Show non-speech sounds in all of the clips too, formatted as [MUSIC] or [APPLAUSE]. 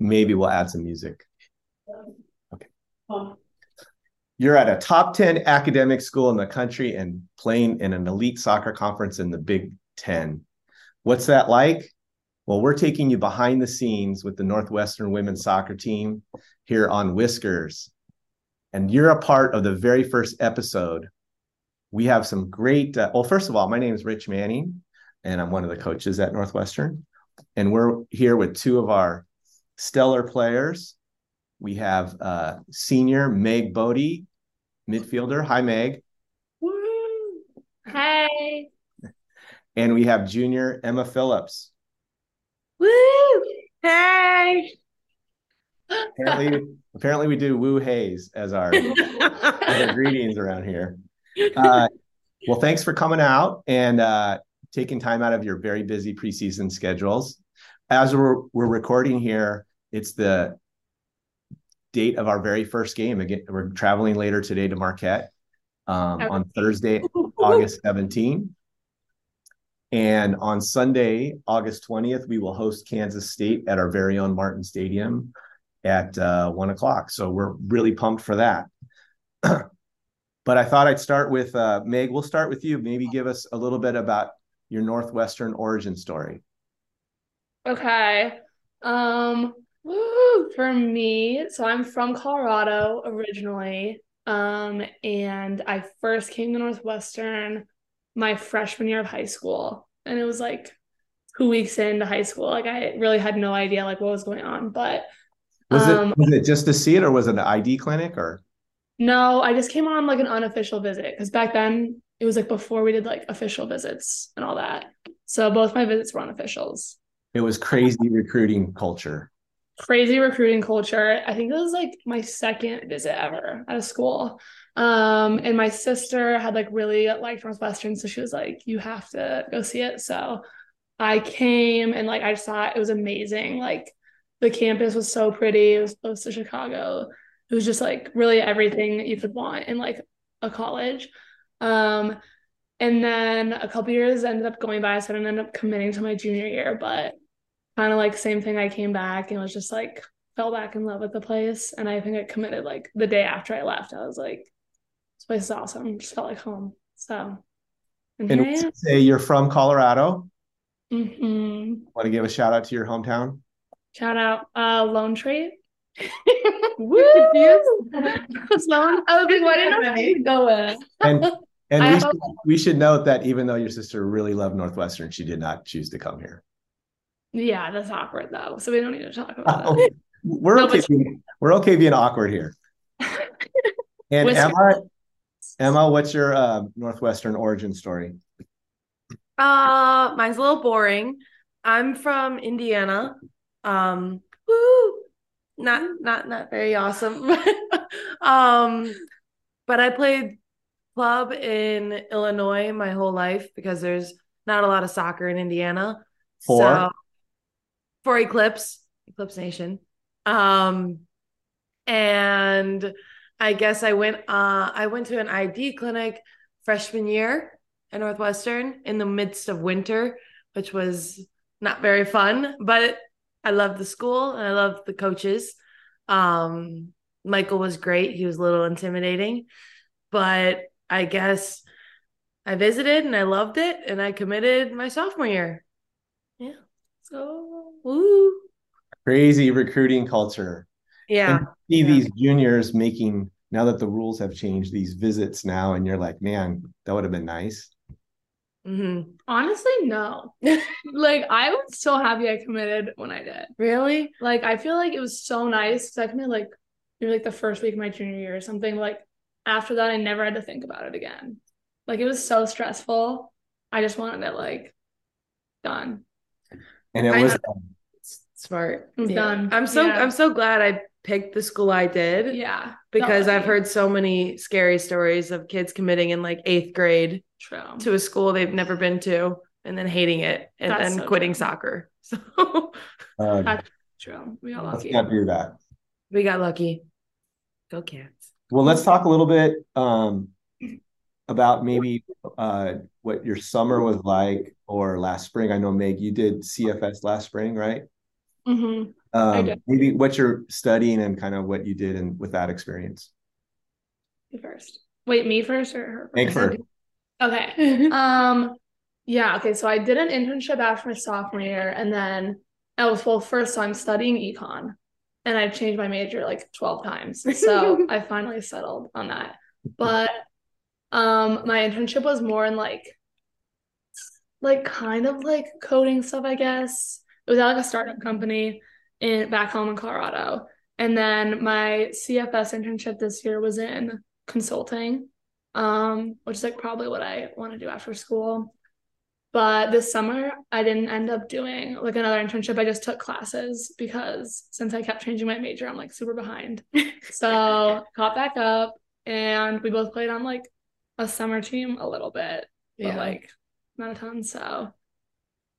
Maybe we'll add some music. Okay. You're at a top 10 academic school in the country and playing in an elite soccer conference in the Big 10. What's that like? Well, we're taking you behind the scenes with the Northwestern women's soccer team here on Whiskers. And you're a part of the very first episode. We have some great, uh, well, first of all, my name is Rich Manning, and I'm one of the coaches at Northwestern. And we're here with two of our stellar players. We have uh, senior Meg Bodie, midfielder. Hi, Meg. [LAUGHS] Hey. And we have junior Emma Phillips. Woo! Hey. [LAUGHS] Apparently, apparently we do woo haze as our, as our [LAUGHS] greetings around here. Uh, well, thanks for coming out and uh, taking time out of your very busy preseason schedules. As we're, we're recording here, it's the date of our very first game. Again, we're traveling later today to Marquette um, Okay. on Thursday, August 17. And on Sunday, August 20th, we will host Kansas State at our very own Martin Stadium at uh, one o'clock. So we're really pumped for that. [CLEARS THROAT] but I thought I'd start with uh, Meg. We'll start with you. Maybe give us a little bit about your Northwestern origin story. Okay. Um, woo, for me, so I'm from Colorado originally. Um, and I first came to Northwestern my freshman year of high school. And it was like two weeks into high school. Like I really had no idea like what was going on. But Was Um, it was it just to see it, or was it an ID clinic, or no, I just came on like an unofficial visit because back then it was like before we did like official visits and all that. So both my visits were unofficials. it was crazy recruiting culture? crazy recruiting culture. I think this is like my second visit ever at a school. Um, and my sister had like really liked Northwestern, so she was like, "You have to go see it." So I came and like I just thought it was amazing. Like the campus was so pretty. It was close to Chicago. It was just like really everything that you could want in like a college. Um, and then a couple years ended up going by, so I didn't end up committing to my junior year, but kind of like same thing. I came back and was just like fell back in love with the place. And I think I committed like the day after I left. I was like, this place is awesome. Just felt like home. So and And here I am. say you're from Colorado. Mhm. Want to give a shout out to your hometown? Shout out uh Lone [LAUGHS] Tree. Woo! It's Lone. Oh, good. I didn't know what to go with. [LAUGHS] And and I we hope- should, we should note that even though your sister really loved Northwestern, she did not choose to come [LAUGHS] here. Yeah, that's awkward though. So we don't need to talk about Oh, that. we're No, okay. but- Being, we're okay being awkward [LAUGHS] here. And Whiskers. Emma, Emma, what's your uh, Northwestern origin story? Uh, mine's a little boring. I'm from Indiana. Um, woo, not not not very awesome. [LAUGHS] um, but I played club in Illinois my whole life because there's not a lot of soccer in Indiana. For? So for Eclipse, Eclipse Nation. Um, and I guess I went uh I went to an ID clinic freshman year at Northwestern in the midst of winter, which was not very fun, but I loved the school and I loved the coaches. Um, Michael was great. He was a little intimidating, but I guess I visited and I loved it and I committed my sophomore year. Yeah. So, woo. Crazy recruiting culture. Yeah. And you see yeah. these juniors making now that the rules have changed these visits now, and you're like, man, that would have been nice. Mm-hmm. Honestly, [LAUGHS] no. like I was so happy I committed when I did. Really? Like I feel like it was so nice because I committed like maybe like the first week of my junior year or something. Like after that, I never had to think about it again. Like it was so stressful. I just wanted it like done. And it I was S- Smart. It's Yeah. done. I'm so Yeah. I'm so glad I picked the school I did Yeah, because No, I I've heard so many scary stories of kids committing in like eighth grade true. to a school they've never been to and then hating it and That's then so quitting true. soccer. [LAUGHS] So uh, That's true. We got let's lucky. not do that. we got lucky. [LAUGHS] Go cats. Well, let's talk a little bit um, about maybe uh, what your summer was like or last spring. I know, Meg, you did CFS last spring, right? Mhm. Um, maybe what you're studying and kind of what you did and with that experience. You first. Wait, me first or her? Thank first? her. Okay. um, yeah. Okay. So I did an internship after my sophomore year, and then I was well. First, so I'm studying econ, and I've changed my major like twelve times. So I finally settled on that. But um, my internship was more in like, like kind of like coding stuff, I guess. It was at like a startup company in back home in Colorado, and then my CFS internship this year was in consulting, um, which is like probably what I want to do after school. But this summer, I didn't end up doing like another internship. I just took classes because since I kept changing my major, I'm like super behind. so caught back up, and we both played on like a summer team a little bit, but Yeah. like not a ton. So,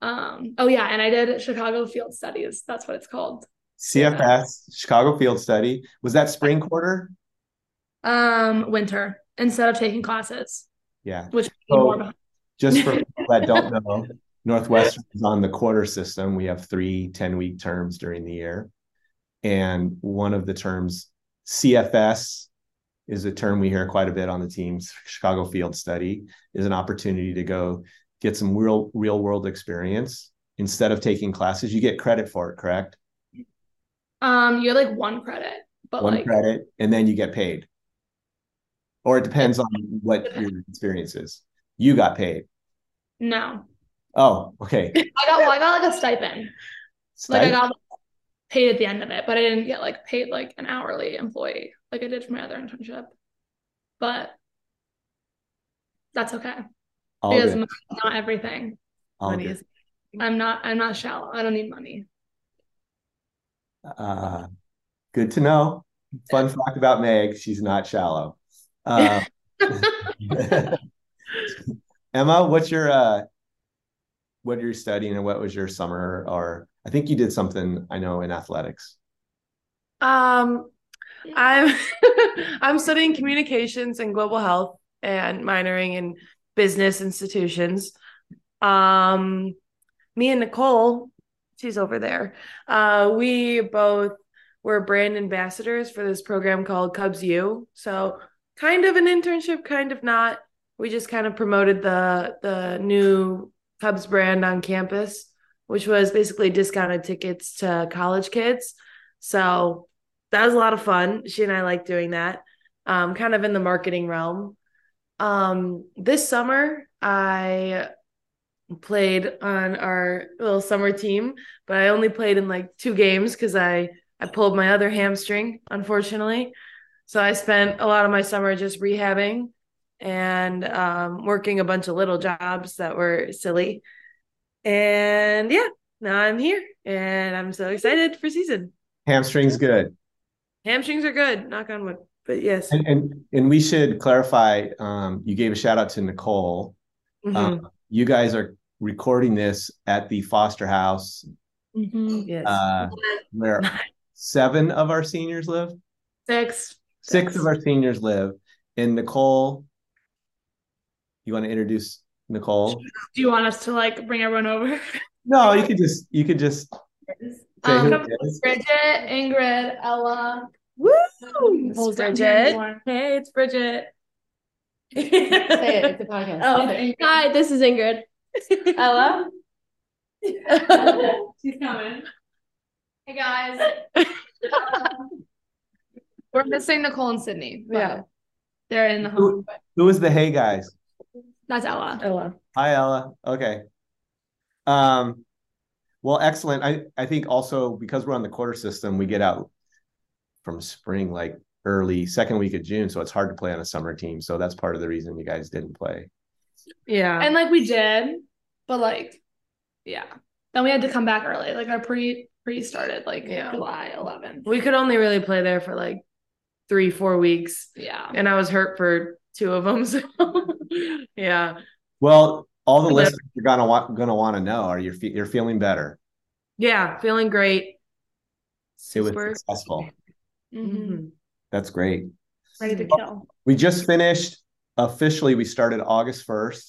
um, oh yeah, and I did Chicago Field Studies. That's what it's called. CFS, Chicago Field Study. Was that spring quarter? Um, winter instead of taking classes, Yeah. which So- more behind. Just for people that don't know, Northwestern is on the quarter system. We have three 10 week terms during the year. And one of the terms, CFS, is a term we hear quite a bit on the teams. Chicago Field Study is an opportunity to go get some real real world experience instead of taking classes. You get credit for it, correct? Um, you had like one credit, but One like credit, and then you get paid. Or it depends on [LAUGHS] what your experience is. You got paid. no, Oh, okay. I got well, I got [LAUGHS] like a stipend. Like I Stipend? got paid at the end of it, but I didn't get like paid like an hourly employee like I did for my other internship. But that's okay All because good. money's not everything. All Money good. is- I'm not I'm not shallow. I don't need money. Uh, good to know. Fun fact about Meg, she's not [LAUGHS] shallow. Uh, [LAUGHS] Emma, what's your uh what are you studying and what was your summer or I think you did something I know in athletics. Um, I'm [LAUGHS] I'm studying communications and global health and minoring in business institutions. Um, me and Nicole, she's over there. Uh, we both were brand ambassadors for this program called Cubs U. So kind of an internship, kind of not. We just kind of promoted the the new Cubs brand on campus, which was basically discounted tickets to college kids. So that was a lot of fun. She and I like doing that, um, kind of in the marketing realm. Um, this summer, I played on our little summer team, but I only played in like two games because I I pulled my other hamstring, unfortunately. So I spent a lot of my summer just rehabbing and um, working a bunch of little jobs that were silly. And yeah, now I'm here and I'm so excited for season. Hamstring's good. Hamstrings are good, knock on wood. But yes. And and, and we should clarify um you gave a shout out to Nicole. Mm-hmm. Uh, Mhm. You guys are recording this at the Foster House Mm-hmm. yes. uh [LAUGHS] where seven of our seniors live. Six. six of our seniors live and nicole you want to introduce nicole Do you want us to like bring everyone over? no you could just you could just [LAUGHS] say who Um, it is. Bridget, Ingrid, Ella, Woo! Nicole's It's got Bridget. more. Hey, it's Bridget. Say it. [LAUGHS] It's a podcast. Um, Oh, hi, this is Ingrid. Ella. Oh. [LAUGHS] She's coming. Hey guys. [LAUGHS] We're missing Nicole and Sydney. but Yeah. They're in the Who- home. but who is the hey guys That's Ella. Ella. hi ella okay um well excellent i i think also because we're on the quarter system we get out from spring like early second week of june so it's hard to play on a summer team so that's part of the reason you guys didn't play Yeah. And like we did, but like, yeah. Then we had to come back early. Like our pre pre started like Yeah. July 11th. we could only really play there for like three, four weeks. Yeah. And I was hurt for two of them. [LAUGHS] So yeah. well all the Yeah. listeners you're gonna want gonna want to know are you fe- you're feeling better Yeah. Feeling great. it was Super. successful Mhm. Mhm. that's great Ready to kill. we just finished officially we started august 1st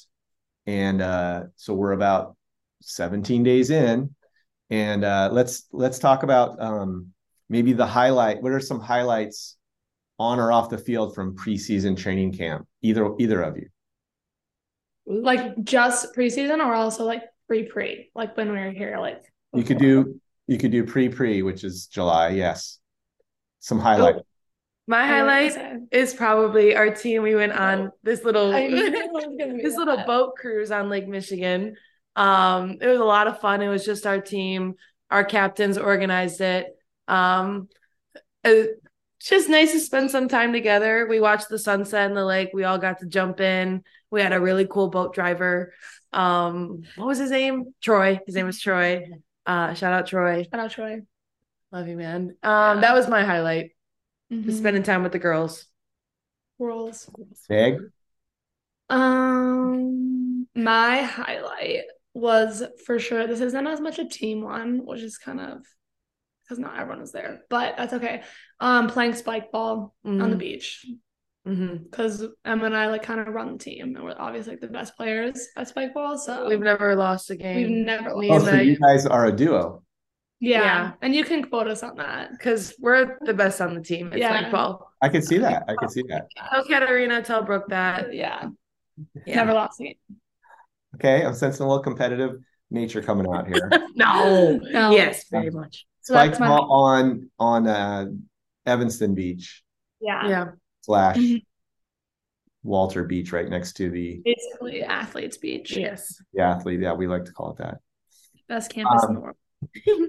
and uh, so we're about 17 days in and uh, let's let's talk about um, maybe the highlight. What are some highlights on or off the field from preseason training camp? Either either of you. Like just preseason or also like pre pre, like when we were here, like You could do you could do pre pre, which is July. Yes, some highlight. My I don't know what highlight to say. is probably our team. We went on this little [LAUGHS] I knew [LAUGHS] it was gonna be this little that. boat cruise on Lake Michigan. Um, it was a lot of fun. It was just our team. Our captains organized it. Um, it- just nice to spend some time together. We watched the sunset and the lake. We all got to jump in. We had a really cool boat driver. Um, what was his name? Troy. His name was Troy. Uh, shout out Troy. Shout out Troy. Love you, man. Um, that was my highlight. Just Mhm. spending time with the girls. Rules. Meg, Um, my highlight was for sure. This isn't as much a team one, which is kind of because not everyone was there, but that's okay. Um, playing spike ball on Mm. the beach hmm because Emma and I like kind of run the team, and we're obviously like the best players at spike ball. So We've never lost a we've game never Me oh, lost. so Meg. you guys are a duo. yeah. yeah. and you can quote us on that. because we're the best on the team. It's Yeah. like ball. I could see that. I could see that. Tell Katarina, tell Brooke that. Yeah, Yeah. never lost it. Okay, I'm sensing a little competitive nature coming out here. No. No. Yes, very much. So Spike that's my ball on on uh, Evanston Beach yeah. Yeah. slash Mhm. Walter Beach, right next to the Basically, athletes beach, Yes. the athlete. Yeah, we like to call it that. best campus in the Um, world.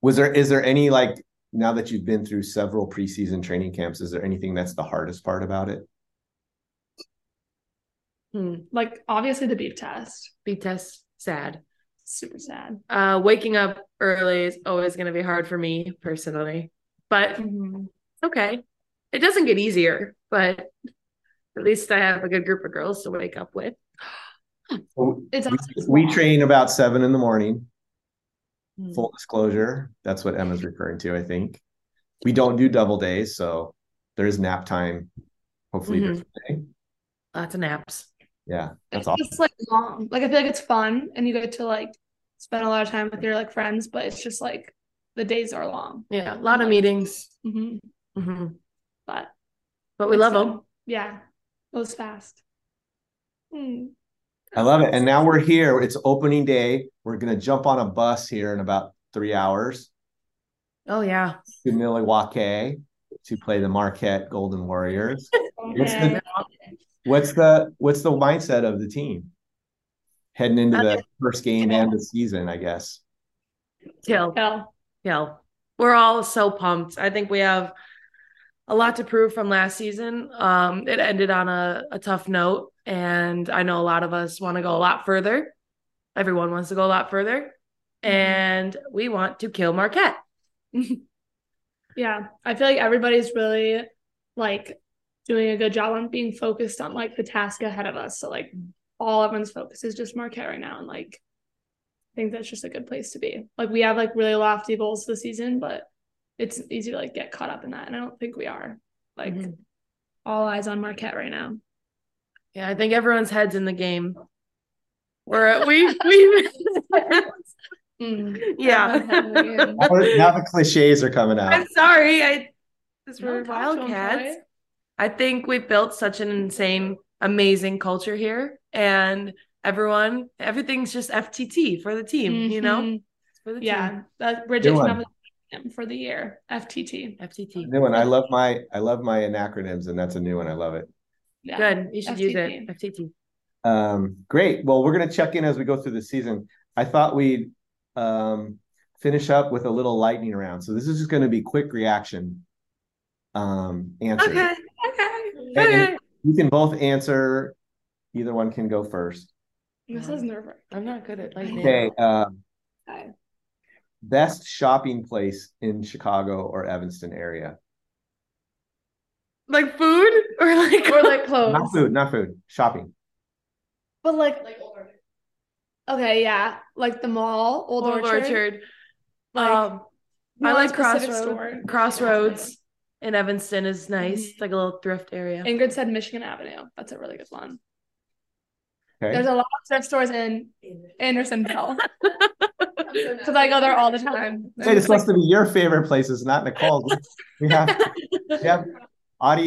Was there is there any like now that you've been through several preseason training camps? Is there anything that's the hardest part about it? Hmm. Like obviously the beep test, Beat test. Sad. super sad. Uh, waking up early is always going to be hard for me personally, but Mm-hmm. okay. It doesn't get easier, but at least I have a good group of girls to wake up with. It's Oh, we, awesome. we train about seven in the morning. Mm. Hmm. Full disclosure, that's what Emma's referring to. I think we don't do double days, so there is nap time. Hopefully, Mm-hmm. during the day. Lots of naps. yeah, that's it's awesome. just like long. Like I feel like it's fun, and you get to like spend a lot of time with your like friends, but it's just like the days are long. Yeah. A lot of meetings. hmm hmm But But we love them. yeah, it was fast. Hmm. I love it. And now we're here. It's opening day. We're gonna jump on a bus here in about three hours Oh, yeah. to Milwaukee to play the Marquette Golden Warriors. What's Okay. the what's the what's the mindset of the team heading into the first game and the season? I guess. Till. Hell, Yeah. We're all so pumped. I think we have a lot to prove from last season. Um, it ended on a, a tough note, and I know a lot of us want to go a lot further. Everyone wants to go a lot further, Mhm. and we want to kill Marquette. yeah. I feel like everybody's really like doing a good job on being focused on like the task ahead of us. So like all everyone's focus is just Marquette right now, and like I think that's just a good place to be. Like we have like really lofty goals this season, but it's easy to like get caught up in that, and I don't think we are. Like Mhm. all eyes on Marquette right now. Yeah, I think everyone's heads in the game. We're we we [LAUGHS] [LAUGHS] [LAUGHS] yeah. Now, we're- now the cliches are coming out. I'm sorry. I because we're No, talk to 'em, Wildcats. Troy. I think we've built such an insane, amazing culture here, and everyone, everything's just FTT for the team. You know, Mhm. It's for the yeah. That Good Bridget one. came up with him for the year. FTT. team. FTT. New one. I love my I love my anacronyms, and that's a new one. I love it. Yeah. Good. You should use FTT. it. FTT. Um, great. Well, we're going to check in as we go through the season. I thought we'd um, finish up with a little lightning round. So this is just going to be quick reaction um, answers. Okay. Okay. And okay. You can both answer. Either one can go first. This is nerve I'm not good at lightning. Okay. Um, Okay. best shopping place in Chicago or Evanston area? Like food [LAUGHS] or like Or like clothes. Not food. Not food. Shopping. But like, okay, yeah. Like the mall, Old, Old Orchard. Orchard. Like, um, I more like specific Crossroads. store. Crossroads in Evanston is nice. Mhm. It's like a little thrift area. Ingrid said Michigan Avenue. That's a really good one. Okay. [LAUGHS] There's a lot of thrift stores in Andersonville. because I go there all the time. Hey, it's supposed to be your favorite places, not Nicole's. We have, we have I'm an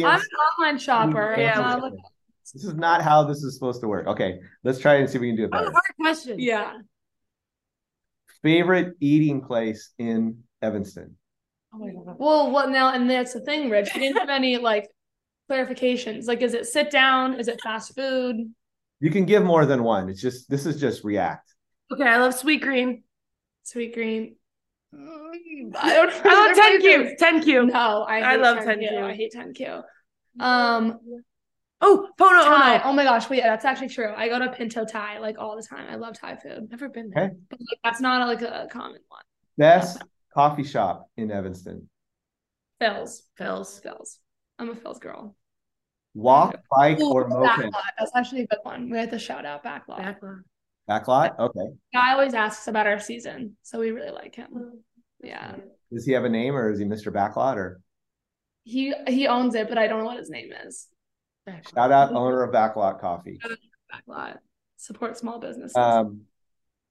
audience. online shopper. Yeah. Uh, look- This is not how this is supposed to work. Okay, let's try and see if we can do it [LAUGHS] better. Oh, question. yeah. Favorite eating place in Evanston? Well, what now? And that's the thing, Rich. We didn't have any like clarifications. Like, is it sit down? Is it fast food? You can give more than one. It's just this is just react. Okay, I love sweet green. [LAUGHS] Sweet green. Mm, I don't. I love ten Q. Ten Q. No, I, I hate love 10Q. 10Q. I hate 10Q. Um, Oh, Pono Thai. Ono. Oh my gosh, wait, that's actually true. I go to Pinto Thai like all the time. I love Thai food. Never been there. Okay. But, like, that's not like a common one. Best coffee shop in Evanston. Phil's. Phil's. Phil's. I'm a Phil's girl. Walk, bike, or Backlot. moped. That's actually a good one. We had to shout out Backlot. Backlot. Backlot. Okay. Guy always asks about our season, so we really like him. Yeah. Does he have a name or is he Mr. Backlot or He he owns it, but I don't know what his name is. shout out owner of Backlot Coffee? Backlot. Support small businesses. Um,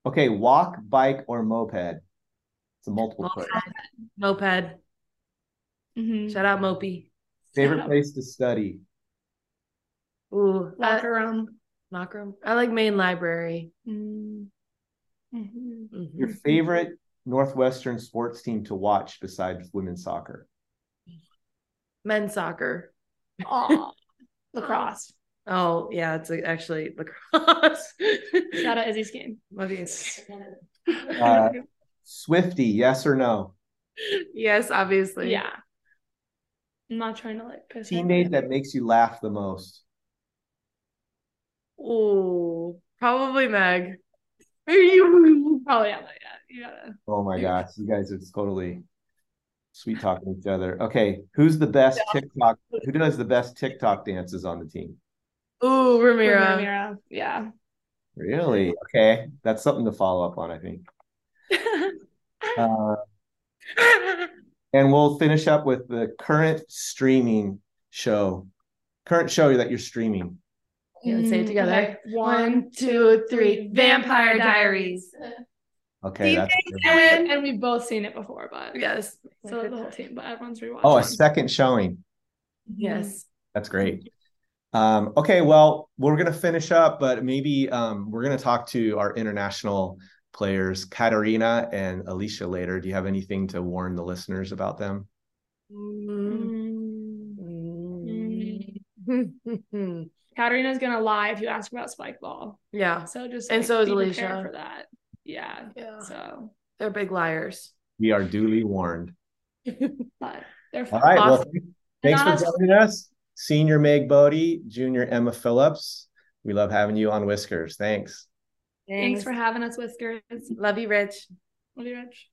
okay, walk, bike, or moped. It's a multiple choice. Moped. Mhm. Shout out Mopey. Favorite up. place to study. Ooh. I- Locker room. Locker room. I like main library. Mm. Mhm. Your favorite Northwestern sports team to watch besides women's soccer. Men's soccer. Aw. [LAUGHS] Lacrosse. Oh yeah, it's like, actually lacrosse. Shout out Izzy's game. Love [LAUGHS] you. Uh, Swifty, yes or no? yes, obviously. yeah. I'm not trying to like piss Teammate anybody that makes you laugh the most. Ooh, probably Meg. off. Probably not that yet. You gotta. Oh my gosh, you guys are totally sweet talking each other. Okay, who's the best TikTok? Who does the best TikTok dances on the team? Ooh, Ramira. Mira. [LAUGHS] Yeah. Really? Okay, that's something to follow up on, I think. Uh, and we'll finish up with the current streaming show, current show that you're streaming. Okay, let's say it Mm, together. okay. One. One, two, three. Vampire Diaries. Okay, that's And, and we've both seen it before, but Yes. so the whole team, but everyone's rewatching. oh, a second showing. Yes. That's great. Um, okay, well, we're going to finish up, but maybe um, we're going to talk to our international players, Katarina and Alicia, later. Do you have anything to warn the listeners about them? Mm-hmm. Mm. [LAUGHS] Mm. Katarina's gonna lie if you ask about spike ball. yeah. So just And so is be prepared Alicia. for that. Yeah. Yeah. So, They're big liars. We are duly warned. but they're fun. All right. Well, Awesome. thanks And for joining us, Senior Meg Bodie, Junior Emma Phillips. We love having you on Whiskers. Thanks. Thanks for having us, Whiskers. Love you, Rich. Love you, Rich.